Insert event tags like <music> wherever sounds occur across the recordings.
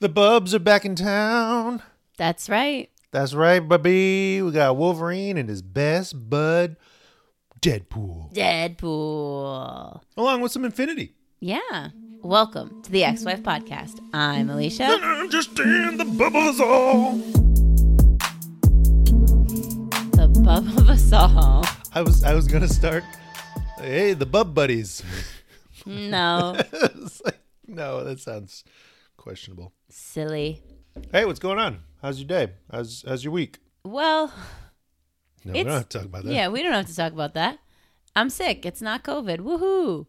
The Bubs are back in town. That's right. That's right, baby. We got Wolverine and his best bud, Deadpool, Deadpool. along with some Infinity. Yeah. Welcome to the Ex Wife Podcast. I'm Alicia. Understand the bubbles all. the bub of us all. I was I was gonna start. Hey, the Bub Buddies. <laughs> No. It's like, no, that sounds questionable. Silly. Hey, what's going on? How's your day? How's how's your week? Well, No, we It's- don't have to talk about that. yeah, we don't have to talk about that. I'm sick. It's not COVID. Woohoo.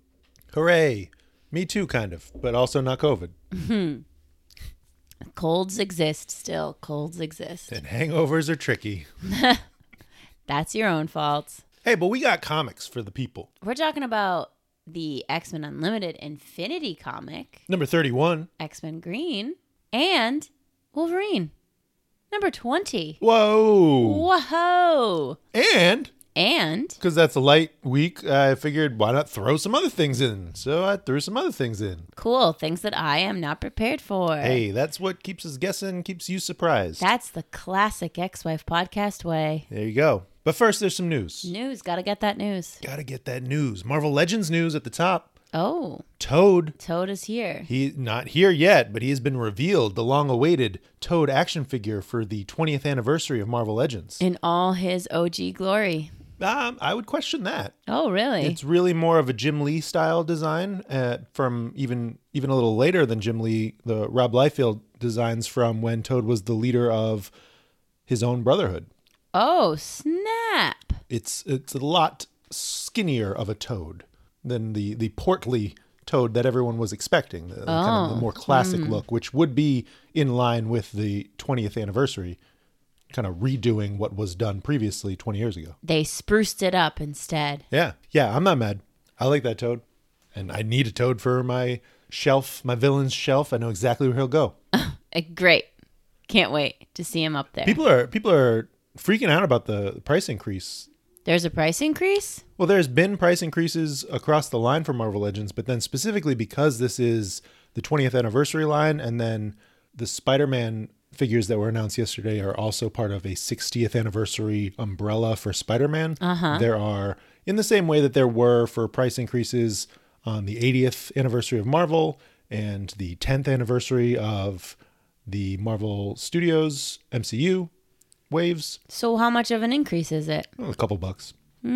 Hooray! Me too, kind of, but also not COVID. Colds exist still. Colds exist. And hangovers are tricky. That's your own fault. Hey, but we got comics for the people. We're talking about the X Men Unlimited Infinity comic, Number thirty-one. X Men Green, and Wolverine. Number 20. Whoa! Whoa. And And because that's a light week, I figured why not throw some other things in. So I threw some other things in. cool things that I am not prepared for. Hey, that's what keeps us guessing, keeps you surprised. That's the classic ex wife podcast way. there you go. But first, there's some news. News, gotta get that news. Gotta get that news. Marvel Legends news at the top. Oh, Toad. Toad is here. He's not here yet, but he has been revealed the long awaited Toad action figure for the 20th anniversary of Marvel Legends. In all his OG glory. Um, I would question that. Oh, really? It's really more of a Jim Lee style design uh, from even even a little later than Jim Lee, the Rob Liefeld designs from when Toad was the leader of his own brotherhood. oh, snap. It's it's a lot skinnier of a Toad than the the portly Toad that everyone was expecting, the, kind of the more classic look, which would be in line with the 20th anniversary, kind of redoing what was done previously 20 years ago. They spruced it up instead. Yeah. Yeah, I'm not mad. I like that toad. And I need a toad for my shelf, my villain's shelf. I know exactly where he'll go. Uh, great. Can't wait to see him up there. People are people are freaking out about the price increase. There's a price increase? Well, there's been price increases across the line for Marvel Legends, but then specifically because this is the 20th anniversary line and then the Spider-Man figures that were announced yesterday are also part of a 60th anniversary umbrella for Spider-Man. Uh-huh. There are in the same way that there were for price increases on the 80th anniversary of Marvel and the 10th anniversary of the Marvel Studios MCU waves, So, how much of an increase is it? Oh, a couple bucks. I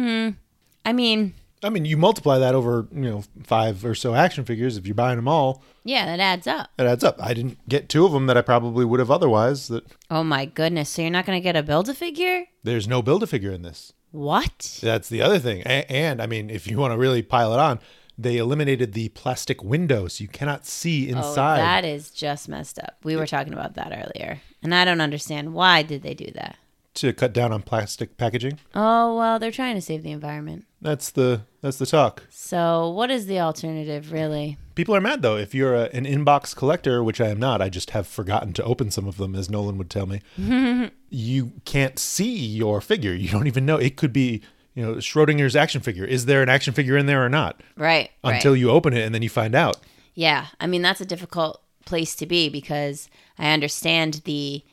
mean, I mean, you multiply that over, you know, five or so action figures. If you're buying them all, yeah, that adds up. it adds up. I didn't get two of them that I probably would have otherwise. That Oh my goodness. So, you're not going to get a build a figure? there's no build a figure in this. What? That's the other thing. A- and I mean, if you want to really pile it on, they eliminated the plastic window, so you cannot see Oh, inside. that is just messed up. We were talking about that earlier, and I don't understand why did they do that. to cut down on plastic packaging. Oh well, they're trying to save the environment. That's the that's the talk. So what is the alternative, really? People are mad though. If you're a, an inbox collector, which I am not, I just have forgotten to open some of them, as Nolan would tell <laughs> me. you can't see your figure. You don't even know. It could be, you know, Schrodinger's action figure. Is there an action figure in there or not? Right. Until right. you open it and then you find out. yeah, I mean that's a difficult place to be because I understand the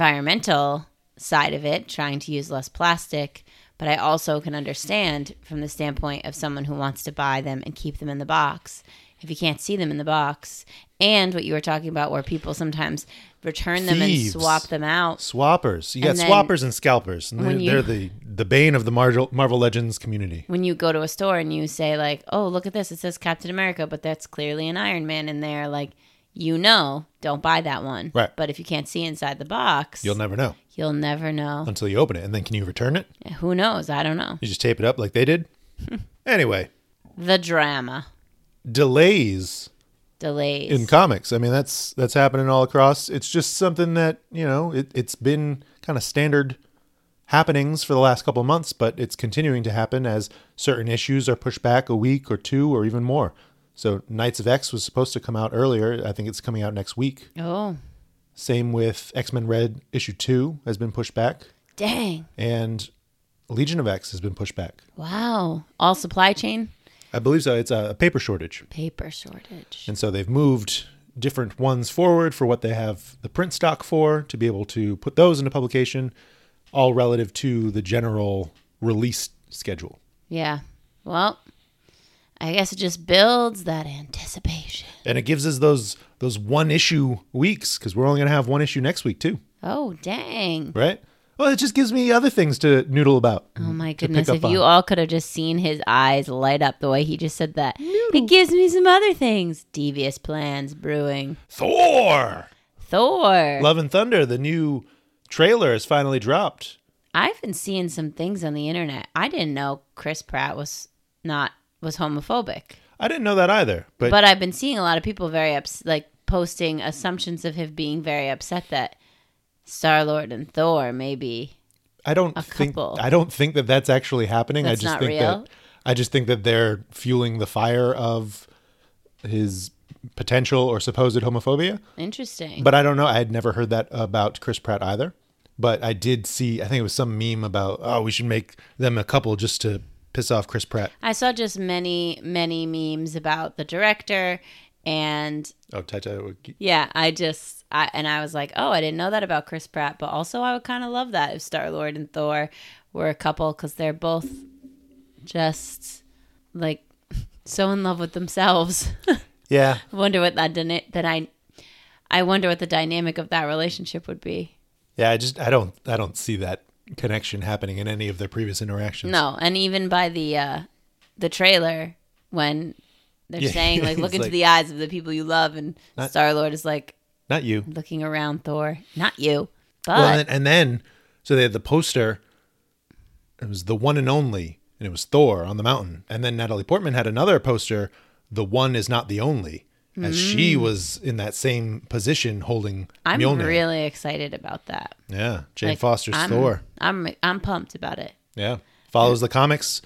environmental side of it, trying to use less plastic, but I also can understand from the standpoint of someone who wants to buy them and keep them in the box. If you can't see them in the box, and what you were talking about, where people sometimes return them Thieves. and swap them out, Swappers. You got And then- swappers and scalpers. And they're, when you- they're the, the bane of the Marvel, Marvel Legends community. when you go to a store and you say like, "Oh, look at this. It says Captain America, but that's clearly an Iron Man in there." Like, you know, don't buy that one. Right. But if you can't see inside the box, You'll you'll, never know never know. until you open it. And then can you return it? Who knows? I don't know. You just tape it up like they <laughs> did? anyway, The drama delays delays. in comics. I mean, that's that's happening all across. It's just something that you know it, it's been kind of standard happenings for the last couple of months, but it's continuing to happen as certain issues are pushed back a week or two or even more. So Knights of X was supposed to come out earlier. I think it's coming out next week. oh, Same with X Men Red issue two has been pushed back, dang! and Legion of X has been pushed back. Wow. All supply chain I believe so. It's a paper shortage, paper shortage. and so they've moved different ones forward for what they have the print stock for to be able to put those into publication, all relative to the general release schedule. Yeah. Well, I guess it just builds that anticipation. And it gives us those those one issue weeks because we're only going to have one issue next week too, Oh, dang. right? Well, it just gives me other things to noodle about. Oh my to pick goodness. up If you on. all could have just seen his eyes light up the way he just said that. It gives me some other things. Devious plans brewing. Thor, Thor. Love and Thunder, the new trailer has finally dropped. I've been seeing some things on the internet. I didn't know Chris Pratt was not was homophobic. I didn't know that either, but, But I've been seeing a lot of people very ups- like posting assumptions of him being very upset that Star-Lord and Thor maybe. I don't think couple. I don't think that that's actually happening. I That's just not think real? that I just think that they're fueling the fire of his potential or supposed homophobia. Interesting. But I don't know. I had never heard that about Chris Pratt either. But I did see. I think it was some meme about oh, we should make them a couple just to piss off Chris Pratt. I saw just many, many memes about the director and Oh, Taika. yeah, I just I and I was like, "Oh, I didn't know that about Chris Pratt, but also I would kind of love that if Star-Lord and Thor were a couple cuz they're both just like <laughs> so in love with themselves." <laughs> Yeah, I wonder what that dyna- that I I wonder what the dynamic of that relationship would be. yeah. I just I don't I don't see that connection happening in any of their previous interactions. No, and even by the uh the trailer when they're Yeah, <laughs> saying like look it's into like- the eyes of the people you love and Not- Star-Lord is like not you. looking around Thor. Not you, but Well, and then, and then so they had the poster. It was the one and only, and it was Thor on the mountain. And then Natalie Portman had another poster. The one is not the only, as she was in that same position holding Mm. I'm Mjolnir. really excited about that. yeah, Jane Like, Foster's I'm, Thor. I'm I'm pumped about it. Yeah, follows the comics.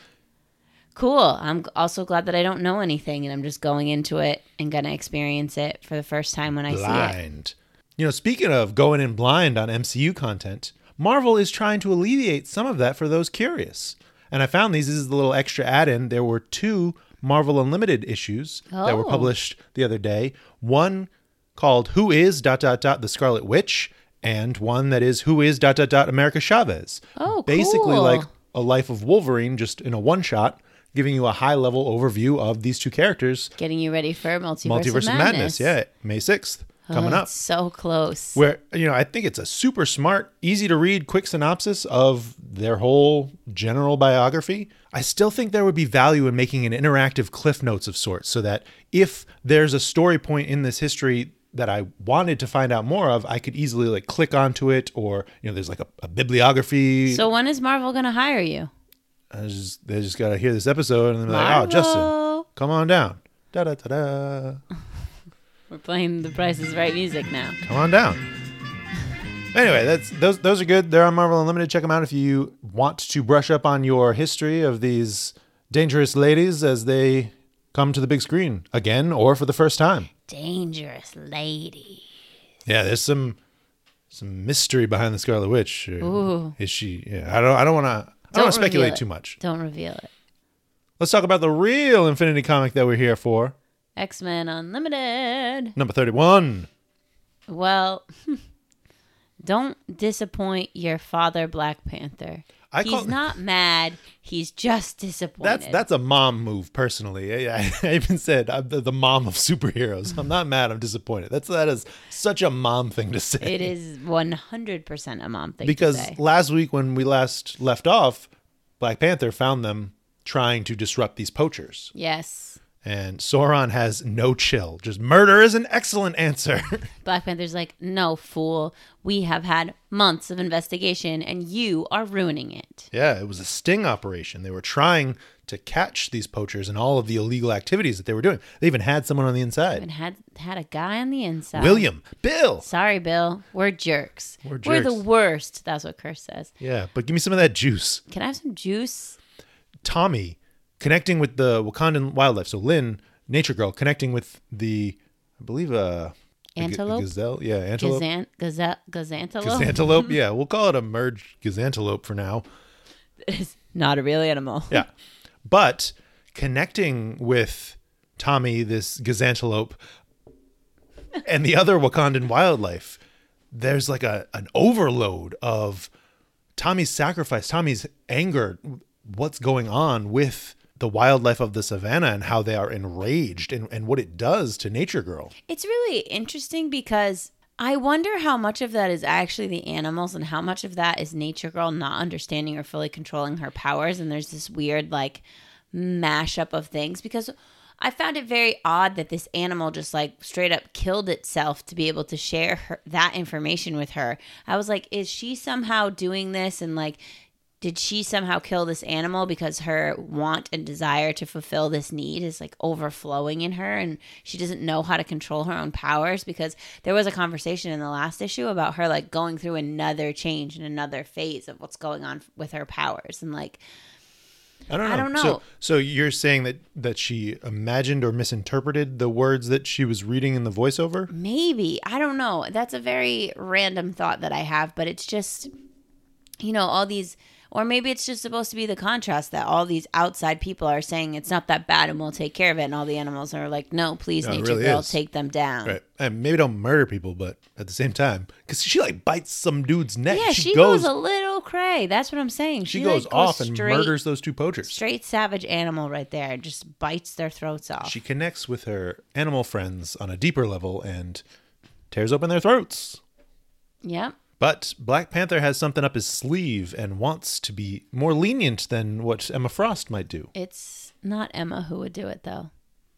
Cool. I'm g- also glad that I don't know anything and I'm just going into it and gonna experience it for the first time when I see it. blind. You know, speaking of going in blind on MCU content, Marvel is trying to alleviate some of that for those curious. And I found these. This is the little extra add in. There were two Marvel Unlimited issues that were Oh. published the other day. One called Who is dot dot dot the Scarlet Witch, and one that is Who is dot dot dot America Chavez. Oh, Basically, cool. like a life of Wolverine, just in a one shot, giving you a high level overview of these two characters. Getting you ready for multiverse, Multiverse of of Madness. madness. Yeah, May 6th, coming Oh, up it's so close. where you know i think it's a super smart easy to read quick synopsis of their whole general biography i still think there would be value in making an interactive cliff notes of sorts so that if there's a story point in this history that i wanted to find out more of i could easily like click onto it or you know there's like a, a bibliography So when is Marvel gonna hire you? I just, they just gotta hear this episode and they're like oh justin Marvel! come on down da da da da We're playing the Price is Right music now. come on down. Anyway, that's those those are good. They're on Marvel Unlimited. Check them out if you want to brush up on your history of these dangerous ladies as they come to the big screen again or for the first time. Dangerous lady. Yeah, there's some some mystery behind the Scarlet Witch. Uh, Ooh. Is she? Yeah, I don't. I don't want to. I don't want Don't to reveal speculate it. too much. Don't reveal it. Let's talk about the real Infinity comic that we're here for. X Men Unlimited. Number thirty-one. Well, <laughs> don't disappoint your father, Black Panther. I he's call- not mad. He's just disappointed. That's that's a mom move, personally. I, <laughs> I even said I'm the, the mom of superheroes. I'm not mad. I'm disappointed. That's that is such a mom thing to say. It is one hundred percent a mom thing. to because say. last week when we last left off, Black Panther found them trying to disrupt these poachers, yes, and Sauron has no chill. Just murder is an excellent answer. <laughs> Black Panther's like, no fool. We have had months of investigation, and you are ruining it. yeah, it was a sting operation. They were trying to catch these poachers and all of the illegal activities that they were doing. They even had someone on the And inside. had had a guy on the inside. William, Bill. Sorry, Bill. We're jerks. We're the jerks. worst. That's what Curse says. Yeah, but give me some of that juice. Can I have some juice? Tommy connecting with the Wakandan wildlife. So Lynn, nature girl, connecting with the, I believe, uh, a g- Antelope? gazelle, yeah, antelope, Gazan, gazelle, gazantelope. <laughs> gazantelope, yeah, we'll call it a merged gazantelope for now. It's not a real animal. Yeah, but connecting with Tommy, this gazantelope, and the other Wakandan wildlife, there's like a an overload of Tommy's sacrifice, Tommy's anger, what's going on with the wildlife of the savannah and how they are enraged and, and what it does to Nature Girl. It's really interesting because I wonder how much of that is actually the animals and how much of that is Nature Girl not understanding or fully controlling her powers. And there's this weird, like, mashup of things because I found it very odd that this animal just like straight up killed itself to be able to share her, that information with her. I was like, is she somehow doing this? And like, did she somehow kill this animal because her want and desire to fulfill this need is like overflowing in her and she doesn't know how to control her own powers? Because there was a conversation in the last issue about her like going through another change and another phase of what's going on with her powers. And like, I don't know. I don't So, know. so you're saying that that she imagined or misinterpreted the words that she was reading in the voiceover? Maybe. I don't know. That's a very random thought that I have, but it's just, you know, all these, or maybe it's just supposed to be the contrast that all these outside people are saying it's not that bad and we'll take care of it. And all the animals are like, no, please, No, it Nature really Girl, is. take them down. Right. And maybe don't murder people, but at the same time, because she like bites some dude's neck. Yeah, she, goes, a little cray. That's what I'm saying. she, like, goes off and straight, murders those two poachers. Straight savage animal right there. Just bites their throats off. She connects with her animal friends on a deeper level and tears open their throats. yep. But Black Panther has something up his sleeve and wants to be more lenient than what Emma Frost might do. It's not Emma who would do it, though.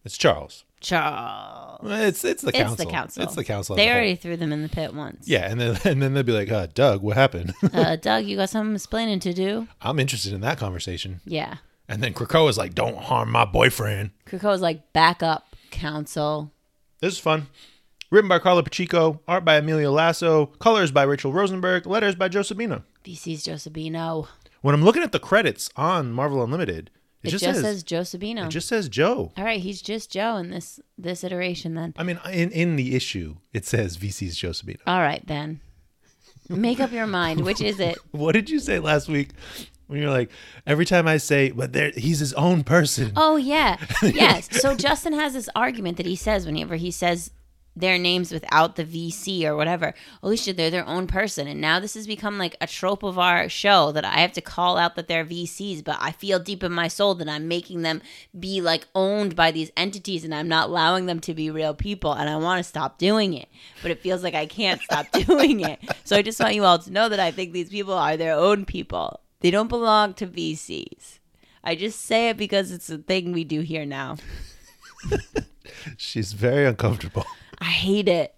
It's Charles. Charles. It's it's the It's council. the council. It's the council. as They a whole. already threw them in the pit once. Yeah, and then <laughs> and then they'll be like, uh, Doug, what happened? <laughs> uh, Doug, you got some explaining to do? I'm interested in that conversation. Yeah. And then Krakoa is like, don't harm my boyfriend. Krakoa's like, back up, council. This is fun. Written by Carla Pacheco, art by Emilio Lasso, colors by Rachel Rosenberg, letters by Josephina. DC's Josebino. When I'm looking at the credits on Marvel Unlimited, it, It, just, says, Josebino. it just says Joe. All right, he's just Joe in this this iteration then. I mean, in, in the issue, it says VC's Josephina. All right then. Make up your mind. Which is it? What did you say last week when you're like, every time I say, but there, he's his own person? Oh yeah. Yes. So Justin has this argument that he says whenever he says their names without the VC or whatever. Alicia, they're their own person. And now this has become like a trope of our show that I have to call out that they're VCs, but I feel deep in my soul that I'm making them be like owned by these entities and I'm not allowing them to be real people. And I want to stop doing it, but it feels like I can't stop <laughs> doing it. So I just want you all to know that I think these people are their own people. They don't belong to VCs. I just say it because it's a thing we do here now. She's very uncomfortable. <laughs> I hate it.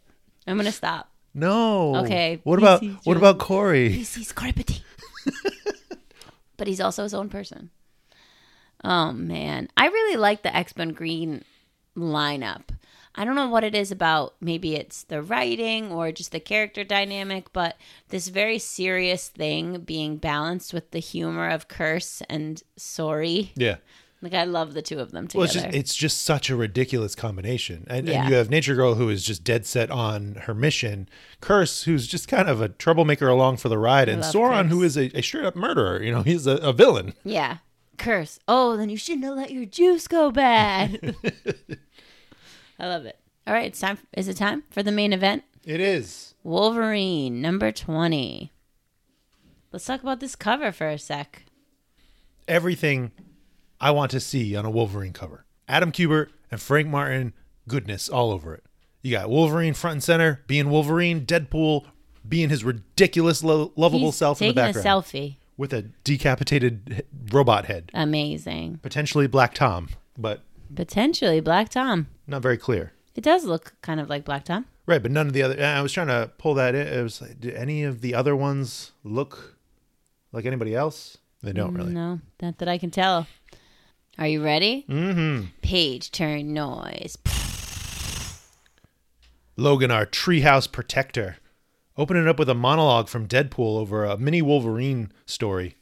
I'm gonna stop. No. Okay, What about VC's what Joe. about Corey? He's he's creepity. <laughs> but he's also his own person. Oh man. I really like the X Men Green lineup. I don't know what it is about maybe it's the writing or just the character dynamic, but this very serious thing being balanced with the humor of curse and sorry. Yeah. Like I love the two of them together. Well, it's just, it's just such a ridiculous combination. And, Yeah. and you have Nature Girl, who is just dead set on her mission, Curse, who's just kind of a troublemaker along for the ride, and love Sauron, Curse. who is a, a straight up murderer. You know, he's a, a villain. Yeah. Curse. Oh, then you shouldn't have let your juice <laughs> go bad. I love it. All right, it's time. Is it time for the main event? It is. Wolverine number twenty. Let's talk about this cover for a sec. Everything I want to see on a Wolverine cover Adam Kubert and Frank Martin, goodness all over it. You got Wolverine front and center, being Wolverine, Deadpool being his ridiculous, lo- lovable He's self in the taking background a selfie. with a decapitated h- robot head, Amazing. potentially Black Tom, but Potentially Black Tom. not very clear. It does look kind of like Black Tom. Right, but none of the other. I was trying to pull that in. It was like, do any of the other ones look like anybody else? They don't really. No, not that I can tell. Are you ready? Mm-hmm. Page turn noise. Logan, our treehouse protector, opening up with a monologue from Deadpool over a mini Wolverine story.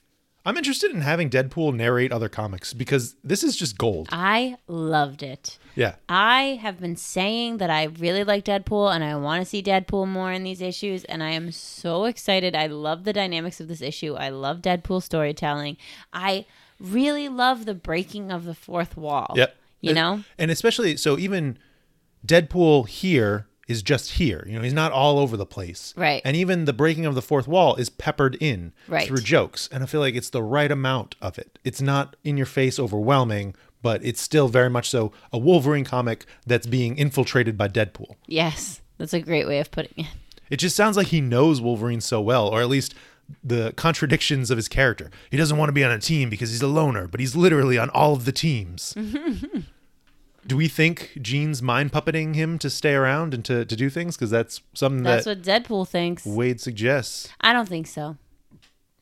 I'm interested in having Deadpool narrate other comics because this is just gold. I loved it. Yeah. I have been saying that I really like Deadpool and I want to see Deadpool more in these issues, and I am so excited. I love the dynamics of this issue. I love Deadpool storytelling. I really love the breaking of the fourth wall. Yep. You know? And especially so even Deadpool here is is just here. You know, he's not all over the place. Right. And even the breaking of the fourth wall is peppered in Right. through jokes. And I feel like it's the right amount of it. It's not in your face overwhelming, but it's still very much so a Wolverine comic that's being infiltrated by Deadpool. Yes, that's a great way of putting it. It just sounds like he knows Wolverine so well, or at least the contradictions of his character. He doesn't want to be on a team because he's a loner, but he's literally on all of the <laughs> teams. do we think Jean's mind puppeting him to stay around and to, to do things? Because that's something That's that what Deadpool thinks. Wade suggests. I don't think so.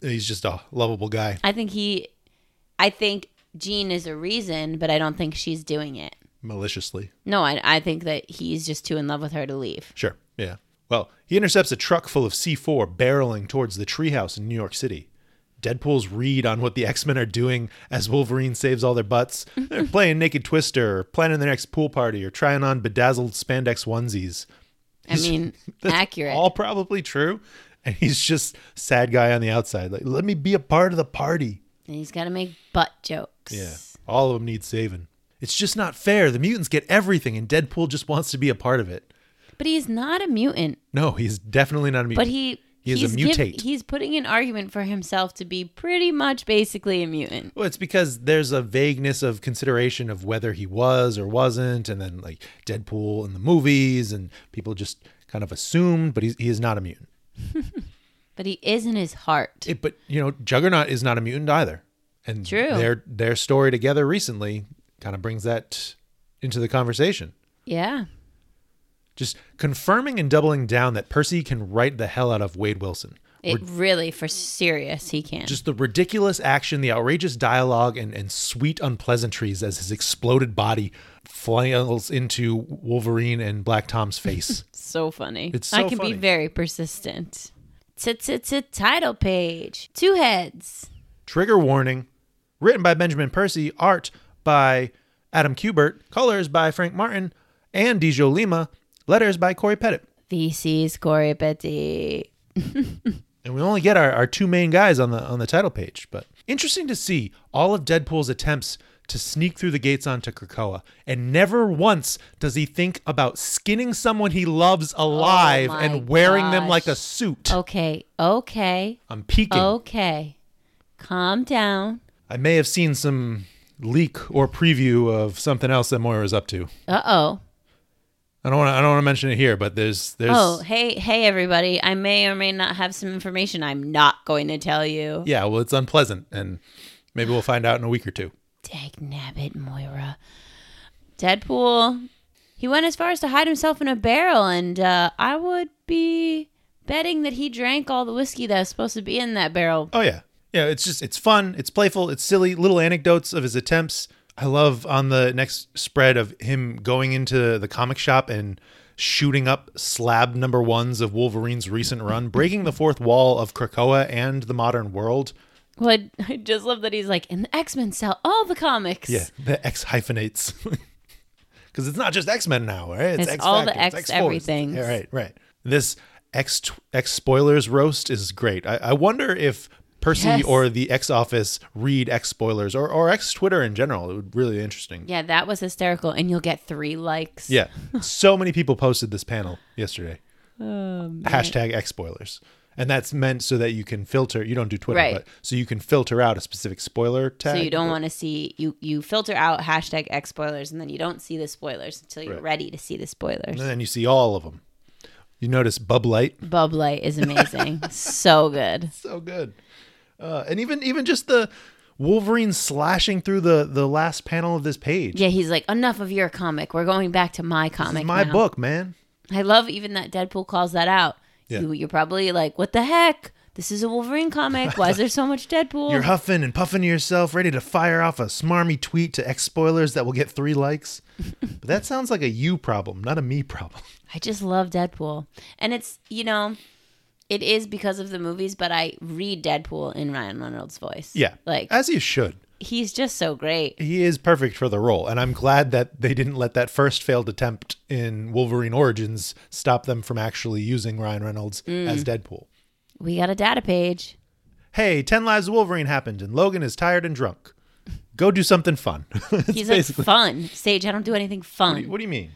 He's just a lovable guy. I think he, I think Jean is a reason, but I don't think she's doing it. Maliciously. No, I, I think that he's just too in love with her to leave. Sure. Yeah. Well, he intercepts a truck full of C4 barreling towards the treehouse in New York City. Deadpool's read on what the X Men are doing as Wolverine saves all their <laughs> butts. They're playing Naked Twister, or planning their next pool party, or trying on bedazzled spandex onesies. I mean, <laughs> That's accurate. All probably true. And he's just sad guy on the outside. Like, let me be a part of the party. and he's got to make butt jokes. Yeah. All of them need saving. It's just not fair. The mutants get everything, and Deadpool just wants to be a part of it. But he's not a mutant. No, he's definitely not a mutant. But he. He is a he's giv- mutate. he's putting an argument for himself to be pretty much basically a mutant. Well, it's because there's a vagueness of consideration of whether he was or wasn't, and then like Deadpool in the movies, and people just kind of assumed, but he's, he is not a mutant. But he is in his heart. It, but you know, Juggernaut is not a mutant either, and True. their their story together recently kind of brings that into the conversation. yeah. Just confirming and doubling down that Percy can write the hell out of Wade Wilson. It really, for serious, he can. just the ridiculous action, the outrageous dialogue, and, and sweet unpleasantries as his exploded body flails into Wolverine and Black Tom's face. so funny. It's I so can funny. be very persistent. Title page. Two heads. Trigger warning, written by Benjamin Percy, art by Adam Kubert, colors by Frank Martin and Dijo Lima, letters by Corey Pettit. VC's Corey Petty. and we only get our, our two main guys on the on the title page. But interesting to see all of Deadpool's attempts to sneak through the gates onto Krakoa, and never once does he think about skinning someone he loves alive Oh my and wearing them gosh. Oh. like a suit. Okay, okay, I'm peeking. okay. Calm down. I may have seen some leak or preview of something else that Moira's up to. Uh oh. I don't want to. I don't want to mention it here, but there's there's Oh, hey, hey, everybody. I may or may not have some information I'm not going to tell you. yeah. Well, it's unpleasant, and maybe we'll find out in a week or two. Dag nabbit, Moira. Deadpool, he went as far as to hide himself in a barrel, and uh, I would be betting that he drank all the whiskey that was supposed to be in that barrel. Oh yeah. Yeah, it's just it's fun, it's playful, it's silly, little anecdotes of his attempts. I love on the next spread of him going into the comic shop and shooting up slab number ones of Wolverine's recent run, breaking the fourth wall of Krakoa and the modern world. Well, I, I <laughs> just love that he's like, and the X Men sell all the comics. The X hyphenates. <laughs> Because it's not just X Men now, right? It's X all the Factor, it's X X-Force. everythings. Yeah, right, right. This X tw- X spoilers roast is great. I, I wonder if Percy Yes. or the X Office read X spoilers or, or X Twitter in general. It would really be interesting. Yeah, that was hysterical, and you'll get three likes. Yeah. so many people posted this panel yesterday. <laughs> Oh, Hashtag X spoilers. And that's meant so that you can filter. You don't do Twitter, Right. but so you can filter out a specific spoiler tag. So you don't want to see you you filter out hashtag X spoilers, and then you don't see the spoilers until you're Right. ready to see the spoilers. And then you see all of them. You notice Bub Light. Bub Light is <laughs> amazing, so good. so good. Uh, and even even just the Wolverine slashing through the the last panel of this page. Yeah, he's like, enough of your comic. We're going back to my This comic. is my now." book, man. I love even that Deadpool calls that out. Yeah. You, you're probably like, what the heck? This is a Wolverine comic. Why is there so much Deadpool? You're huffing and puffing to yourself, ready to fire off a smarmy tweet to ex spoilers that will get three <laughs> likes. but that sounds like a you problem, not a me problem. <laughs> I just love Deadpool. And it's, you know, it is because of the movies, but I read Deadpool in Ryan Reynolds' voice. Yeah, Like, as you should. he's just so great. He is perfect for the role, and I'm glad that they didn't let that first failed attempt in Wolverine Origins stop them from actually using Ryan Reynolds Mm. as Deadpool. We got a data page. hey, 10 Lives of Wolverine happened and Logan is tired and drunk. Go do something fun. <laughs> It's He's like, basically- fun. Sage, I don't do anything fun. what do you mean?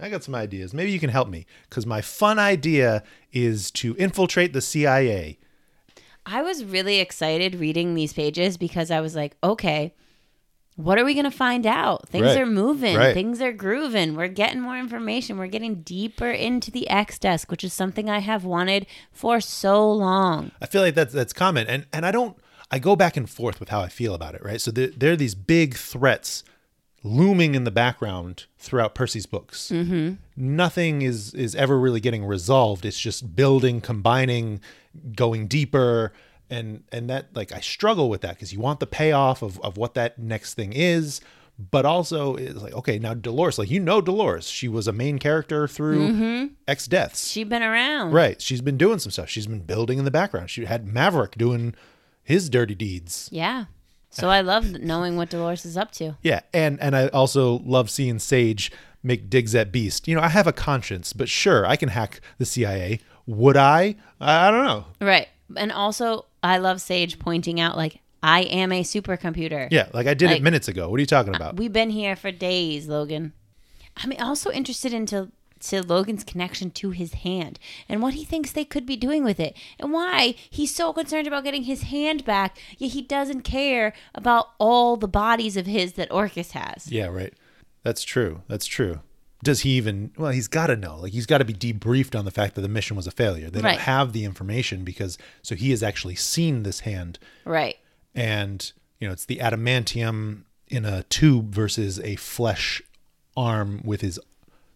I got some ideas. Maybe you can help me because my fun idea is to infiltrate the CIA. I was really excited reading these pages because I was like, okay, what are we going to find out? Things Right. are moving, Right. things are grooving. We're getting more information. We're getting deeper into the X desk, which is something I have wanted for so long. I feel like that's that's common, and and I don't. I go back and forth with how I feel about it, right? So there, there are these big threats looming in the background throughout Percy's books. Mm-hmm. Nothing is is ever really getting resolved. It's just building, combining, going deeper, and and that like I struggle with that because you want the payoff of of what that next thing is. But also, it's like okay, now Dolores, like you know Dolores, she was a main character through X deaths. She's been around. Right. She's been doing some stuff. She's been building in the background. She had Maverick doing his dirty deeds. Yeah. So I love knowing what Dolores is up to. Yeah. And and I also love seeing Sage make digs at Beast. You know, I have a conscience, but sure, I can hack the CIA. Would I? I I don't know. Right. And also, I love Sage pointing out, like, I am a supercomputer. Yeah, like I did Like- it minutes ago. What are you talking about? We've been here for days, Logan. I'm also interested into to Logan's connection to his hand and what he thinks they could be doing with it and why he's so concerned about getting his hand back, yet he doesn't care about all the bodies of his that Orcus has. Yeah, right. That's true. That's true. Does he even? Well, he's got to know. Like he's got to be debriefed on the fact that the mission was a failure. They Right. don't have the information because so he has actually seen this hand Right. and you know it's the adamantium in a tube versus a flesh arm with his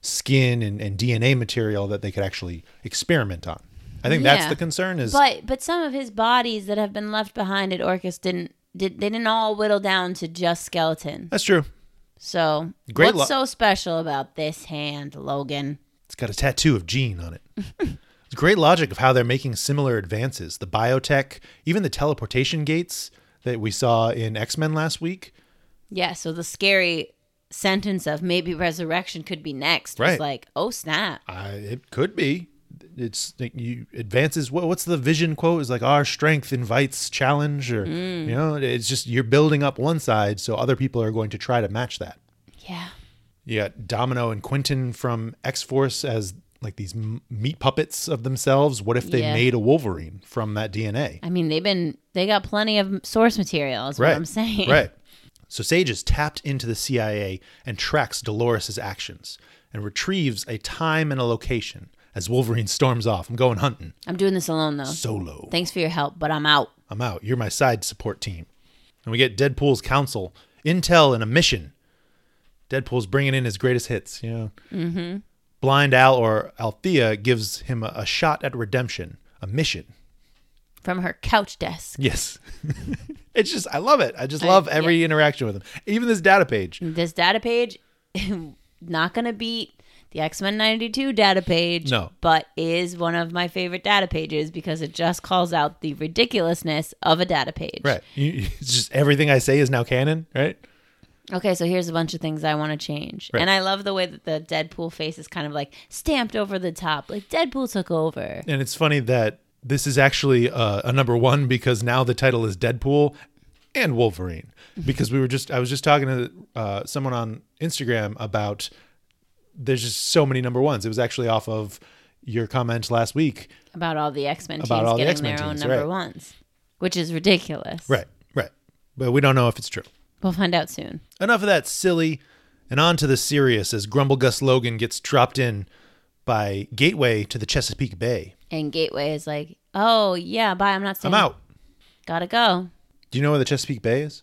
skin and, and DNA material that they could actually experiment on. I think Yeah. that's the concern is But but some of his bodies that have been left behind at Orcus didn't did they didn't all whittle down to just skeleton. that's true. So Great what's lo- so special about this hand, Logan? It's got a tattoo of Gene <laughs> on it. it's great logic of how they're making similar advances. The biotech, even the teleportation gates that we saw in X-Men last week. Yeah, so the scary sentence of maybe resurrection could be next was Right. like, oh snap. I, it could be. It's you advances. What, what's the vision quote? Is like our strength invites challenge, or Mm. you know, it's just you're building up one side, so other people are going to try to match that. Yeah. You got Domino and Quentin from X Force as like these m- meat puppets of themselves. What if they Yeah. made a Wolverine from that DNA? I mean, they've been they got plenty of source material, is what I'm saying. Right. So Sage is tapped into the CIA and tracks Dolores' actions and retrieves a time and a location as Wolverine storms off. I'm going hunting I'm doing this alone though. solo. Thanks for your help, but I'm out. I'm out. You're my side support team. And we get Deadpool's counsel, intel, and a mission. Deadpool's bringing in his greatest hits, you know. Mm-hmm. Blind Al or Althea gives him a, a shot at redemption, a mission. <laughs> From her couch desk. Yes. it's just, I love it. I Mm. just love every interaction with him. Even this data page. This data page <laughs> not gonna beat the X Men ninety two data page. No. But is one of my favorite data pages because it just calls out the ridiculousness of a data page. Right. You, <laughs> it's just everything I say is now canon, right? Okay, so here's a bunch of things I want to change. Right. And I love the way that the Deadpool face is kind of like stamped over the top. Like Deadpool took over. And it's funny that this is actually uh, a number one because now the title is Deadpool and Wolverine. Because we were just, I was just talking to uh, someone on Instagram about there's just so many number ones. It was actually off of your comment last week. About all the X Men teams About all the getting X-Men their own teams, number right. ones, which is ridiculous. Right, right. But we don't know if it's true. We'll find out soon. Enough of that silly and on to the serious as Grumble Gus Logan gets dropped in by Gateway to the Chesapeake Bay. And Gateway is like, oh, yeah, bye. I'm not I'm staying. out. Gotta go. Do you know where the Chesapeake Bay is?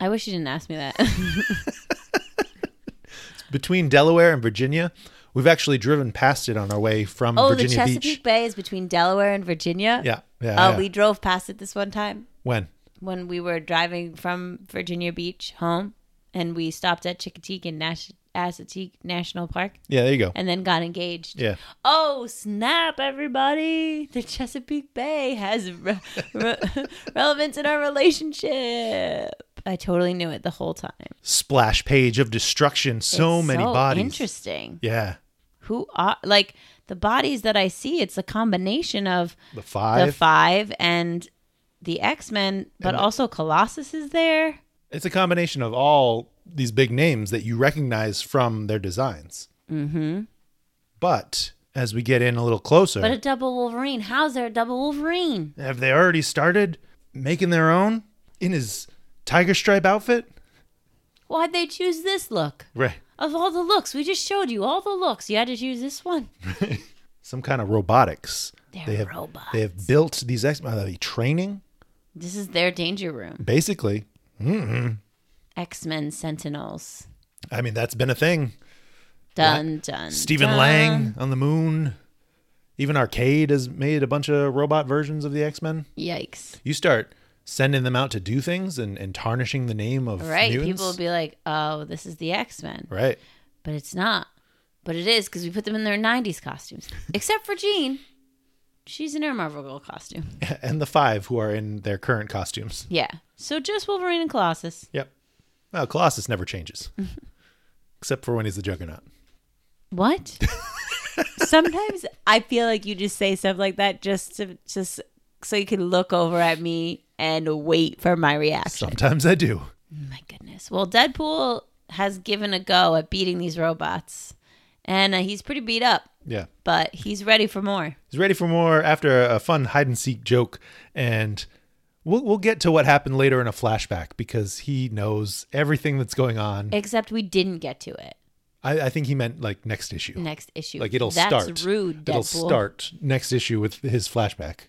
I wish you didn't ask <laughs> me that. between Delaware and Virginia. We've actually driven past it on our way from oh, the Virginia Chesapeake Beach. Bay is between Delaware and Virginia. Yeah, yeah. Oh, yeah. we drove past it this one time. when? when we were driving from Virginia Beach home, and we stopped at Chincoteague and Nash- Assateague National Park, Yeah, there you go. and then got engaged. Yeah, Oh snap, everybody! The Chesapeake Bay has re- re- <laughs> relevance in our relationship. I totally knew it the whole time. splash page of destruction. So It's many bodies. Interesting. Yeah, Who are like the bodies that I see? It's a combination of the five. the five and the X Men, but also Colossus is there. it's a combination of all these big names that you recognize from their designs. But as we get in a little closer, Mm-hmm. But a double Wolverine. How's there a double Wolverine? have they already started making their own in his tiger stripe outfit? Why'd they choose this look? Right. Of all the looks, we just showed you all the looks. You had to choose this one. Some kind of robotics. They're have robots. they have built these X Men. Are they training? This is their danger room. Basically, X Men Sentinels. I mean that's been a thing. Dun dun. Stephen dun. Lang on the moon. Even Arcade has made a bunch of robot versions of the X Men. Yikes. You start sending them out to do things and, and tarnishing the name of Right. mutants. People will be like, oh, this is the X Men. right. <laughs> But it's not. But it is because we put them in their 90s <laughs> costumes. Except for Jean. She's in her Marvel Girl costume. <laughs> And the five who are in their current costumes. Yeah. So just Wolverine and Colossus. Yep. Well, Colossus never <laughs> changes, except for when he's the Juggernaut. <laughs> What? Sometimes I feel like you just say stuff like that just to just so you can look over at me and wait for my reaction. Sometimes I do. My goodness. Well, Deadpool has given a go at beating these robots, and uh, he's pretty beat up, Yeah. but he's ready for more. He's ready for more after a fun hide and seek joke, and we'll we'll get to what happened later in a flashback because he knows everything that's going on. Except we didn't get to it. I, I think he meant like next issue. Next issue. Like it'll That's start. rude. Deadpool. It'll start next issue with his flashback.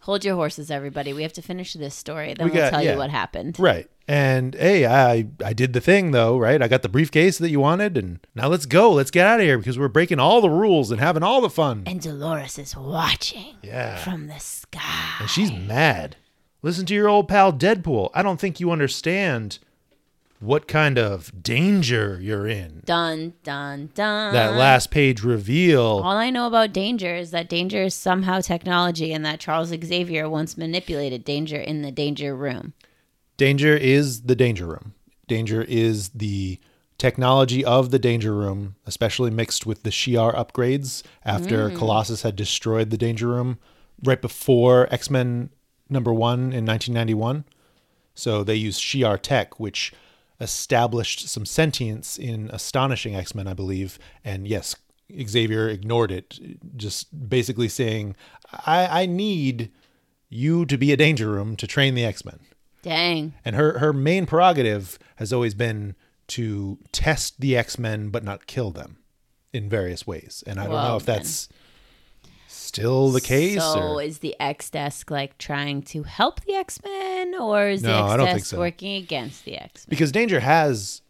Hold your horses, everybody. We have to finish this story. Then We we got- will tell yeah. you what happened. Right. And hey, I I did the thing though, right? I got the briefcase that you wanted, and now let's go. Let's get out of here because we're breaking all the rules and having all the fun. And Dolores is watching Yeah. from the sky. And she's mad. Listen to your old pal Deadpool. I don't think you understand what kind of danger you're in. Dun dun dun. That last page reveal. All I know about danger is that danger is somehow technology, and that Charles Xavier once manipulated danger in the danger room. Danger is the danger room. Danger is the technology of the danger room, especially mixed with the Shi'ar upgrades after Colossus had destroyed the danger room right before X Men number one in 1991. So they used Shi'ar tech, which established some sentience in Astonishing X Men, I believe. And yes, Xavier ignored it, just basically saying, I, I need you to be a danger room to train the X Men. Dang. And her her main prerogative has always been to test the X Men, but not kill them, in various ways. And I don't know Well, if that's still the case. So or, is the X desk like trying to help the X Men, or is No, the I X don't think desk so. working against the X Men? because Danger has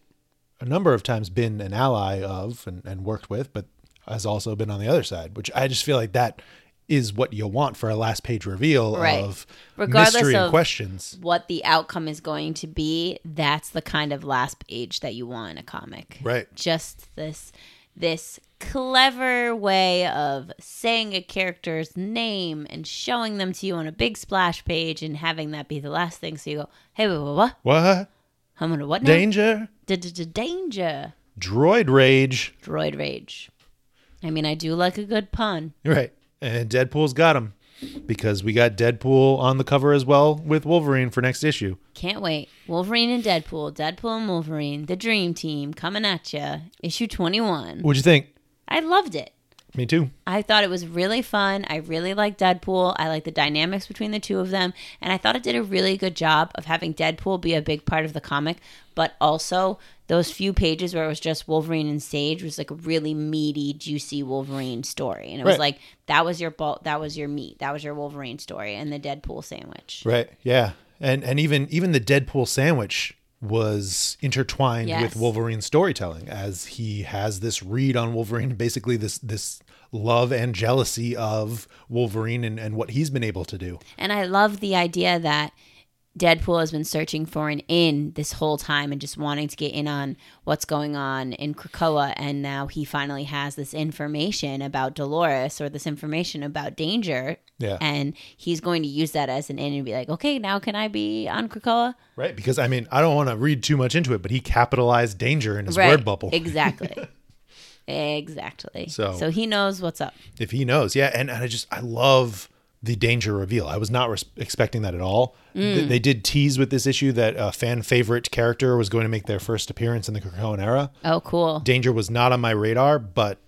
a number of times been an ally of and, and worked with, but has also been on the other side, which I just feel like that is what you want for a last page reveal Right. of Regardless mystery and of- questions. What the outcome is going to be? That's the kind of last page that you want in a comic, Right. Just this, this clever way of saying a character's name and showing them to you on a big splash page, and having that be the last thing. So you go, hey, wait, what? what? What I'm gonna what now? danger? Danger. Droid rage. Droid rage. I mean, I do like a good pun. Right. And Deadpool's got him because we got Deadpool on the cover as well with Wolverine for next issue. Can't wait. Wolverine and Deadpool, Deadpool and Wolverine, the dream team coming at ya. Issue 21. What'd you think? I loved it. Me too. I thought it was really fun. I really liked Deadpool. I liked the dynamics between the two of them. And I thought it did a really good job of having Deadpool be a big part of the comic, but also those few pages where it was just Wolverine and Sage was like a really meaty, juicy Wolverine story. And it was Right. like that was your ball that was your meat. That was your Wolverine story and the Deadpool sandwich. Right. Yeah. And and even even the Deadpool sandwich was intertwined Yes. with Wolverine storytelling as he has this read on Wolverine, basically this this love and jealousy of Wolverine and, and what he's been able to do. And I love the idea that Deadpool has been searching for an in this whole time and just wanting to get in on what's going on in Krakoa. And now he finally has this information about Dolores or this information about danger. Yeah. And he's going to use that as an in and be like, okay, now can I be on Krakoa? Right. Because I mean, I don't want to read too much into it, but he capitalized danger in his word bubble. Exactly. <laughs> exactly. So- so he knows what's up. if he knows yeah and, and i just i love the danger reveal i was not res- expecting that at all Th- they, did tease with this issue that a fan favorite character was going to make their first appearance in the Krakoan era Oh, cool. danger was not on my radar but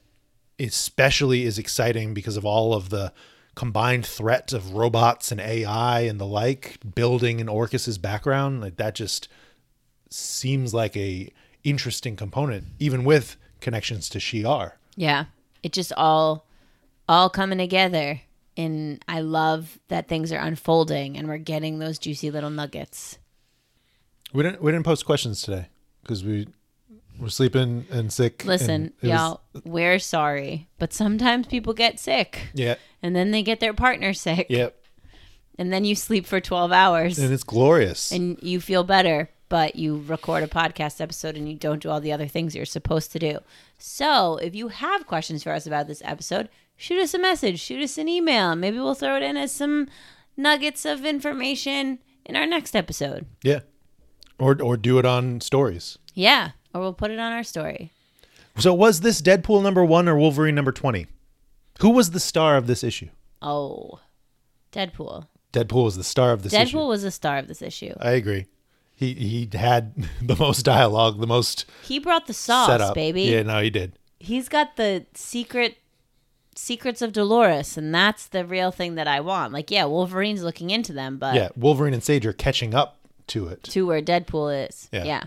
especially is exciting because of all of the combined threat of robots and AI and the like building in Orcus's background. Like that just seems like a interesting component, even with connections to Shi'ar. Yeah. It just all all coming together and I love that things are unfolding and we're getting those juicy little nuggets. We didn't we didn't post questions today because we were sleeping and sick. and Listen, it was- y'all, we're sorry, but sometimes people get sick yeah, and then they get their partner sick yeah, and then you sleep for 12 hours and it's glorious. and you feel better, but you record a podcast episode and you don't do all the other things you're supposed to do. So, if you have questions for us about this episode, shoot us a message, shoot us an email. Maybe we'll throw it in as some nuggets of information in our next episode. yeah, or or do it on stories. Yeah, or we'll put it on our story. So was this Deadpool number one or Wolverine number twenty? Who was the star of this issue? Oh, Deadpool. Deadpool was the star of this Deadpool issue. was the star of this issue. I agree. He he had <laughs> the most dialogue, the most He brought the sauce, setup. baby. Yeah, no, he did. He's got the secret secrets of Dolores, and that's the real thing that I want. Like, yeah, Wolverine's looking into them, but Yeah, Wolverine and Sage are catching up to it. to where Deadpool is. Yeah. Yeah.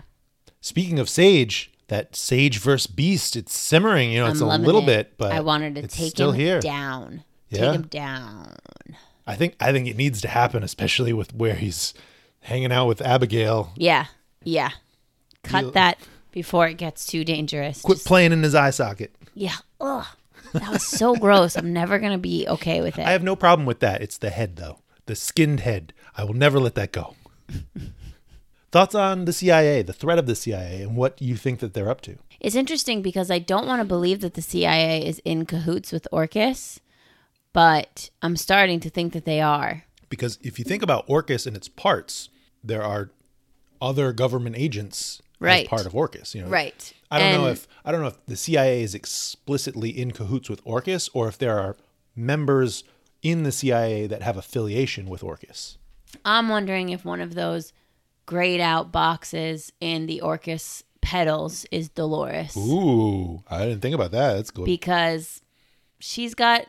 Speaking of Sage, that Sage versus Beast, it's simmering. You know, it's I'm a loving little it. bit, but I wanted to it's take still him here. down. Yeah. Take him down. I think I think it needs to happen, especially with where he's hanging out with Abigail. Yeah. Yeah. Cut You- that before it gets too dangerous. Quit Just- playing in his eye socket. yeah. Ugh. That was <laughs> so gross. I'm never going to be okay with it. I have no problem with that. It's the head though, the skinned head. I will never let that <laughs> go. Thoughts on the CIA, the threat of the CIA, and what you think that they're up to? It's interesting because I don't want to believe that the CIA is in cahoots with Orcus, but I'm starting to think that they are. Because if you think about Orcus and its parts, there are other government agents as Right. part of Orcus. You know, Right. I don't know And- if I don't know if the CIA is explicitly in cahoots with Orcus or if there are members in the CIA that have affiliation with Orcus. I'm wondering if one of those grayed out boxes in the Orcus petals is Dolores Ooh, I didn't think about that. That's good. because she's got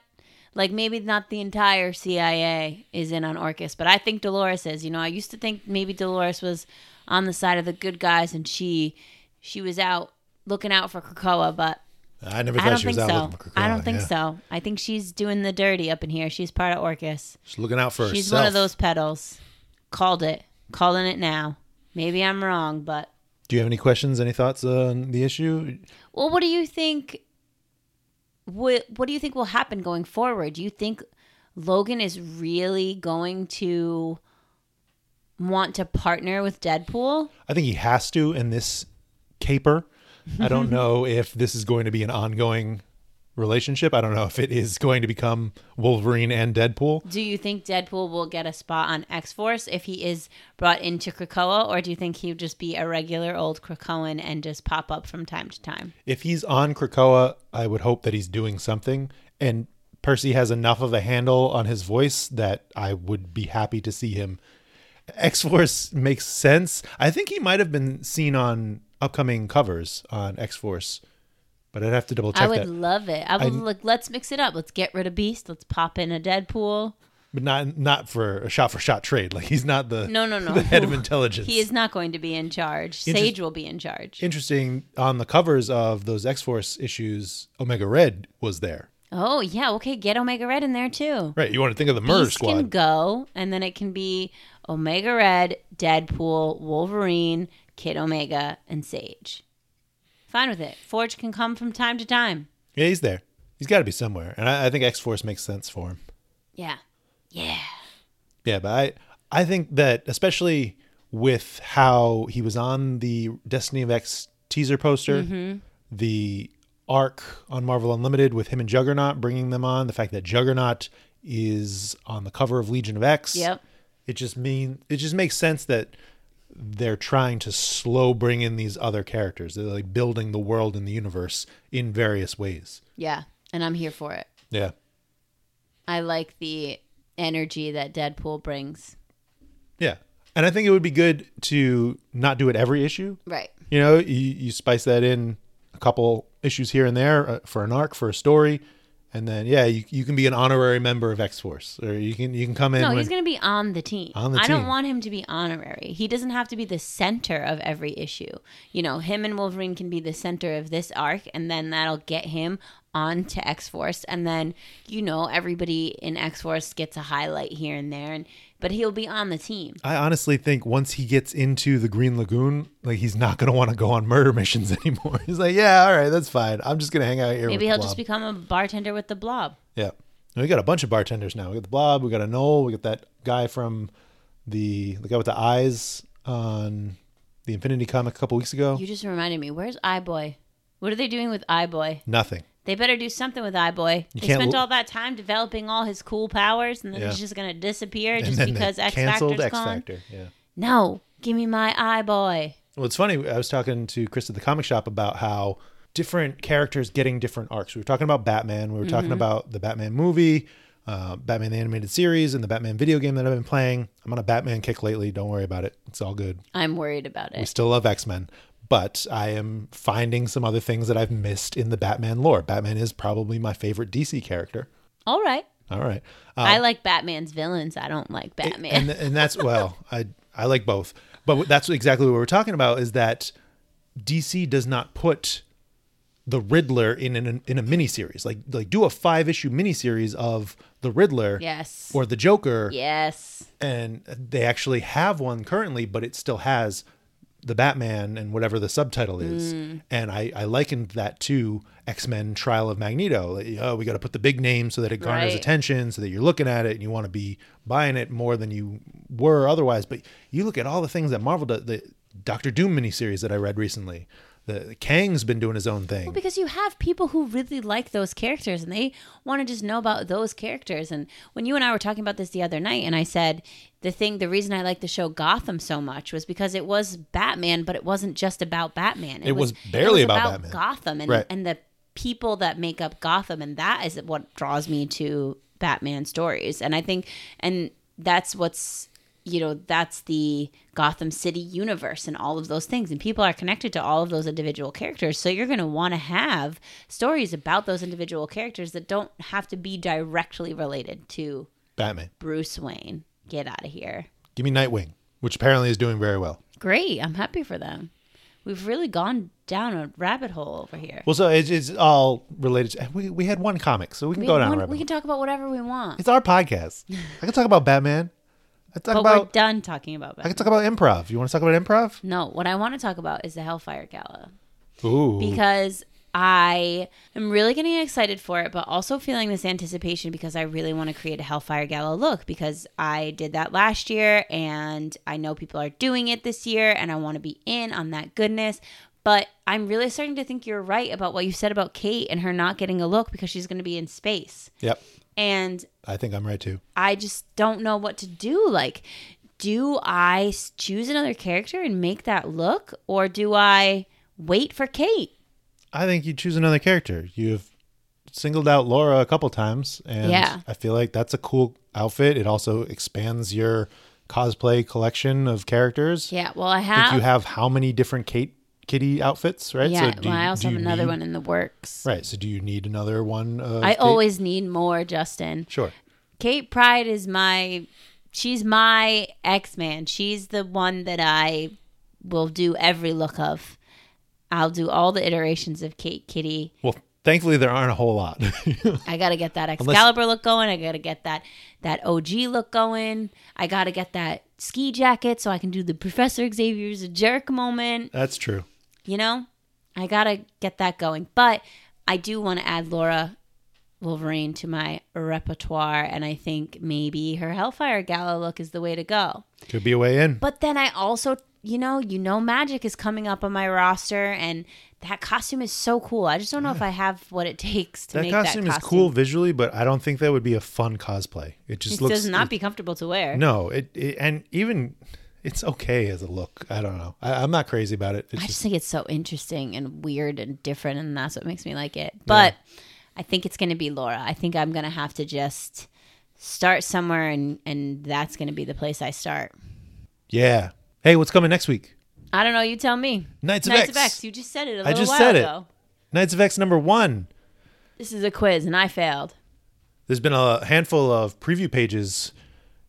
like maybe not the entire CIA is in on Orcus, but I think Dolores is. You know, I used to think maybe Dolores was on the side of the good guys and she she was out looking out for Krakoa, but I never I thought don't she was think out so. looking for I Krakoa, don't think yeah. so. I think she's doing the dirty up in here. She's part of Orcus. She's looking out for herself. She's one of those pedals. Called it. Calling it now. Maybe I'm wrong, but Do you have any questions? Any thoughts on the issue? well, what do you think? What What do you think will happen going forward? Do you think Logan is really going to want to partner with Deadpool? I think he has to in this caper. I <laughs> don't know if this is going to be an ongoing relationship. I don't know if it is going to become Wolverine and Deadpool. Do you think Deadpool will get a spot on X Force if he is brought into Krakoa, or do you think he'll just be a regular old Krakoan and just pop up from time to time? If he's on Krakoa, I would hope that he's doing something. And Percy has enough of a handle on his voice that I would be happy to see him. X Force makes sense. I think he might have been seen on upcoming covers on X Force, but I'd have to double check I would that. love it. I would look. Let's mix it up. Let's get rid of Beast. Let's pop in a Deadpool. but not not for a shot for shot trade. Like he's not the No, no, no. the head of intelligence. He is not going to be in charge. Sage will be in charge. interesting. On the covers of those X Force issues, Omega Red was there. Oh yeah, okay. Get Omega Red in there too. Right, you want to think of the Murder Beast Squad. can go, and then it can be Omega Red, Deadpool, Wolverine, Kid Omega, and Sage. Fine with it. Forge can come from time to time. yeah, he's there. He's got to be somewhere, and I, I think X Force makes sense for him. Yeah, yeah. Yeah, but I I think that especially with how he was on the Destiny of X teaser poster, the arc on Marvel Unlimited with him and Juggernaut bringing them on, the fact that Juggernaut is on the cover of Legion of X. Yep. It just mean it just makes sense that they're trying to slow bring in these other characters. They're like building the world and the universe in various ways. Yeah, and I'm here for it. Yeah. I like the energy that Deadpool brings. Yeah. And I think it would be good to not do it every issue. Right. You know, you, you spice that in a couple issues here and there uh, for an arc, for a story, and then yeah, you, you can be an honorary member of X Force, or you can you can come in. No, when, he's going to be on the team. On the I don't team. want him to be honorary. He doesn't have to be the center of every issue. You know, him and Wolverine can be the center of this arc, and then that'll get him on to X Force, and then you know everybody in X Force gets a highlight here and there, and but he'll be on the team. I honestly think once he gets into the Green Lagoon, like he's not going to want to go on murder missions <laughs> anymore. He's like, yeah, all right, that's fine. I'm just going to hang out here. Maybe with he'll Blob. just become a bartender with the Blob. Yeah. And we got a bunch of bartenders now. We got the Blob, we got a Noel, we got that guy from the the guy with the eyes on the Infinity comic a couple weeks ago. You just reminded me. Where's iBoy? What are they doing with iBoy? Nothing. They better do something with iBoy. They can't spent l- all that time developing all his cool powers, and then Yeah. he's just gonna disappear just and then because they X canceled Factor's X gone. Factor. Yeah. No, give me my iBoy. Well, it's funny. I was talking to Chris at the comic shop about how different characters getting different arcs. We were talking about Batman. We were talking Mm-hmm. about the Batman movie, uh, Batman the animated series, and the Batman video game that I've been playing. I'm on a Batman kick lately. Don't worry about it. It's all good. I'm worried about I it. still love X Men, but I am finding some other things that I've missed in the Batman lore. Batman is probably my favorite DC character. All right. All right. Uh, I like Batman's villains. I don't like Batman. Oh. and and that's well, I I like both, but that's exactly what we're talking about is that DC does not put the Riddler in an, in a miniseries like like do a five issue miniseries of the Riddler yes. or the Joker yes. and they actually have one currently, but it still has the Batman and whatever the subtitle is. Mm. And I, I likened that to X Men Trial of Magneto. Like, oh, we got to put the big name so that it garners Right. attention, so that you're looking at it and you want to be buying it more than you were otherwise. But you look at all the things that Marvel does, the Doctor Doom miniseries that I read recently. The Kang's been doing his own thing. Because you have people who really like those characters and they want to just know about those characters. And when you and I were talking about this the other night, and I said the thing, the reason I like the show Gotham so much was because it was Batman, but it wasn't just about Batman. It was barely about Batman. Gotham and Right. and the people that make up Gotham, and that is what draws me to Batman stories. And I think, and that's what's you know that's the Gotham City universe and all of those things and people are connected to all of those individual characters so you're going to want to have stories about those individual characters that don't have to be directly related to Batman. Bruce Wayne get out of here Give me Nightwing, which apparently is doing very well. great i'm happy for them we've really gone down a rabbit hole over here Well, so it's, it's all related. To, we, we had one comic, so we can We go have down. a one- rabbit we hole. can talk about whatever we want. It's our podcast. I can talk about Batman. I can talk but we're about done talking I about Batman. can talk about improv. You want to talk about improv? No, what I want to talk about is the Hellfire Gala Ooh. because I am really getting excited for it, but also feeling this anticipation because I really want to create a Hellfire Gala look because I did that last year and I know people are doing it this year and I want to be in on that goodness. But I'm really starting to think you're right about what you said about Kate and her not getting a look because she's going to be in space. yep. And I think I'm right too. I just don't know what to do. Like, do I s- choose another character and make that look, or do I wait for Kate? I think you choose another character. You've singled out Laura a couple times and Yeah. I feel like that's a cool outfit. It also expands your cosplay collection of characters. Yeah, well, I I think have. you have how many different Kate Kitty outfits, right? yeah, do well, you- I also do have you another need- one in the works. Right. So do you need another one of I Kate? always need more, Justin. Sure. Kate Pride is my. She's my X Man. She's the one that I will do every look of. I'll do all the iterations of Kate Kitty. Well, thankfully there aren't a whole lot. <laughs> I gotta get that Excalibur look going. I gotta get that that OG look going. I gotta get that ski jacket so I can do the Professor Xavier's a jerk moment. that's true. You know, I gotta get that going. But I do want to add Laura Wolverine to my repertoire, and I think maybe her Hellfire Gala look is the way to go. Could be a way in. But then I also, you know, you know, magic is coming up on my roster, and that costume is so cool. I just don't know if I have what it <laughs> takes to that make costume that is costume. cool visually, but I don't think that would be a fun cosplay. It just It looks does not be comfortable to wear. no, it, it and even it's okay as a look. I don't know. I, I'm not crazy about it. It's just I just think it's so interesting and weird and different, and that's what makes me like it. But I think it's going to be Laura. I think I'm going to have to just start somewhere, and and that's going to be the place I start. yeah. Hey, what's coming next week? I don't know. You tell me. Knights of X. You just said it a I little just while said it. ago. Knights of X number one. This is a quiz, and I failed. There's been a handful of preview pages,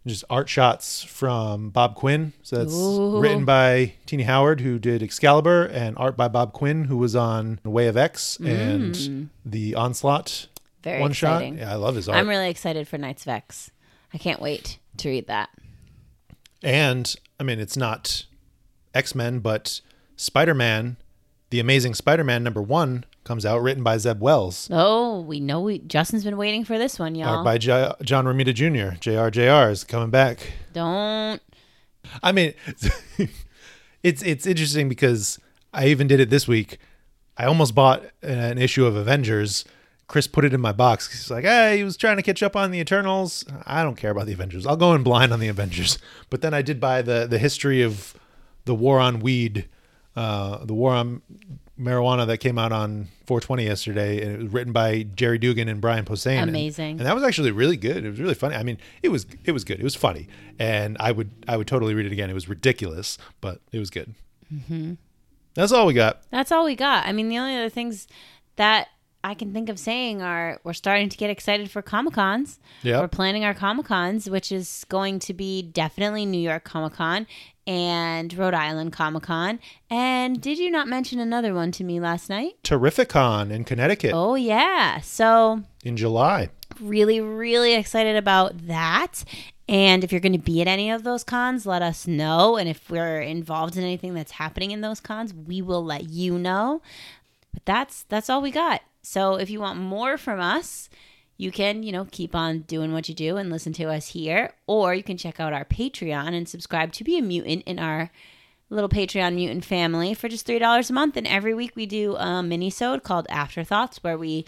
just art shots from Bob Quinn. So that's Ooh. written by Teeny Howard, who did Excalibur, and art by Bob Quinn, who was on Way of X and the Onslaught Mm. Very one exciting. shot. Yeah, I love his art. I'm really excited for Knights of X. I can't wait to read that. and I mean, it's not X Men, but Spider Man, The Amazing Spider Man number one comes out, written by Zeb Wells. Oh, we know we Justin's been waiting for this one, y'all. Art by J- John Romita Jr. JRJR is coming back. Don't I mean, <laughs> it's it's interesting because I even did it this week. I almost bought an issue of Avengers. Chris put it in my box. He's like, "Hey, he was trying to catch up on the Eternals. I don't care about the Avengers. I'll go in blind on the Avengers." <laughs> But then I did buy the the history of the war on weed, uh, the war on marijuana that came out on 420 yesterday, and it was written by Jerry Dugan and Brian Posehn. And- Amazing. And, that was actually really good. It was really funny. I mean, it was it was good. It was funny, and I would I would totally read it again. It was ridiculous, but it was good. Mm-hmm. That's all we got. That's all we got. I mean, the only other things that I can think of saying are we're starting to get excited for Comic Cons. Yep. We're planning our Comic Cons, which is going to be definitely New York Comic Con and Rhode Island Comic Con. And did you not mention another one to me last night? Terrificon in Connecticut Oh, yeah. So in July. really, really excited about that. And if you're going to be at any of those cons, let us know. And if we're involved in anything that's happening in those cons, we will let you know. But that's that's all we got. So if you want more from us, you can, you know, keep on doing what you do and listen to us here, or you can check out our Patreon and subscribe to be a mutant in our little Patreon mutant family for just three dollars a month. And every week we do a mini-sode called Afterthoughts, where we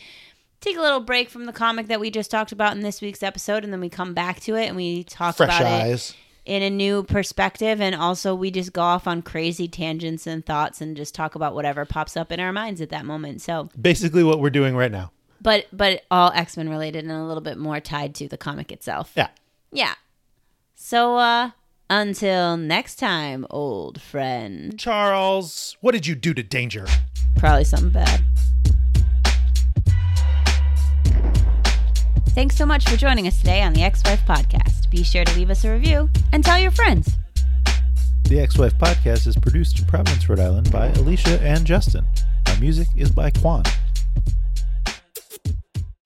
take a little break from the comic that we just talked about in this week's episode, and then we come back to it and we talk Fresh about it eyes. in a new perspective and also we just go off on crazy tangents and thoughts and just talk about whatever pops up in our minds at that moment so Basically, what we're doing right now. but but all x-men related and a little bit more tied to the comic itself Yeah. yeah so uh until next time old friend Charles, what did you do to danger? probably something bad Thanks so much for joining us today on the Ex Wife Podcast. Be sure to leave us a review and tell your friends. The Ex Wife podcast is produced in Providence, Rhode Island by Alicia and Justin. Our music is by Quan.